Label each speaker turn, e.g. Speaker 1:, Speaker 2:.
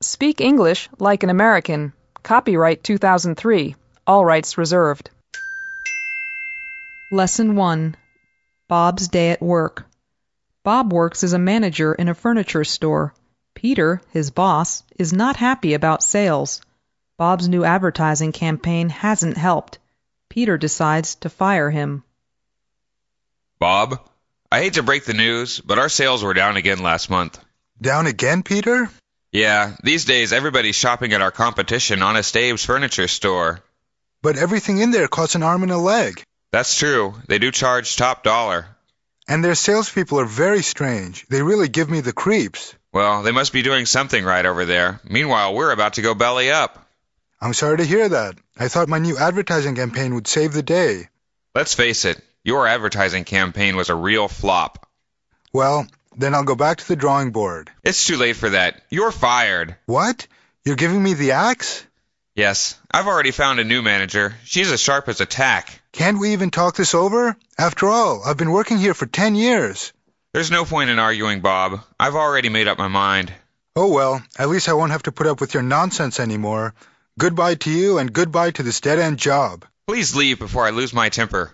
Speaker 1: Speak English like an American. Copyright 2003. All rights reserved. Lesson 1 Bob's Day at Work. Bob works as a manager in a furniture store. Peter, his boss, is not happy about sales. Bob's new advertising campaign hasn't helped. Peter decides to fire him.
Speaker 2: Bob, I hate to break the news, but our sales were down again last month.
Speaker 3: Down again, Peter?
Speaker 2: Yeah, these days everybody's shopping at our competition, Honest Abe's furniture store.
Speaker 3: But everything in there costs an arm and a leg.
Speaker 2: That's true. They do charge top dollar.
Speaker 3: And their salespeople are very strange. They really give me the creeps.
Speaker 2: Well, they must be doing something right over there. Meanwhile, we're about to go belly up.
Speaker 3: I'm sorry to hear that. I thought my new advertising campaign would save the day.
Speaker 2: Let's face it, your advertising campaign was a real flop.
Speaker 3: Well, then I'll go back to the drawing board.
Speaker 2: It's too late for that. You're fired.
Speaker 3: What? You're giving me the axe?
Speaker 2: Yes, I've already found a new manager. She's as sharp as a tack.
Speaker 3: Can't we even talk this over? After all, I've been working here for ten years.
Speaker 2: There's no point in arguing, Bob. I've already made up my mind.
Speaker 3: Oh well, at least I won't have to put up with your nonsense anymore. Goodbye to you and goodbye to this dead end job.
Speaker 2: Please leave before I lose my temper.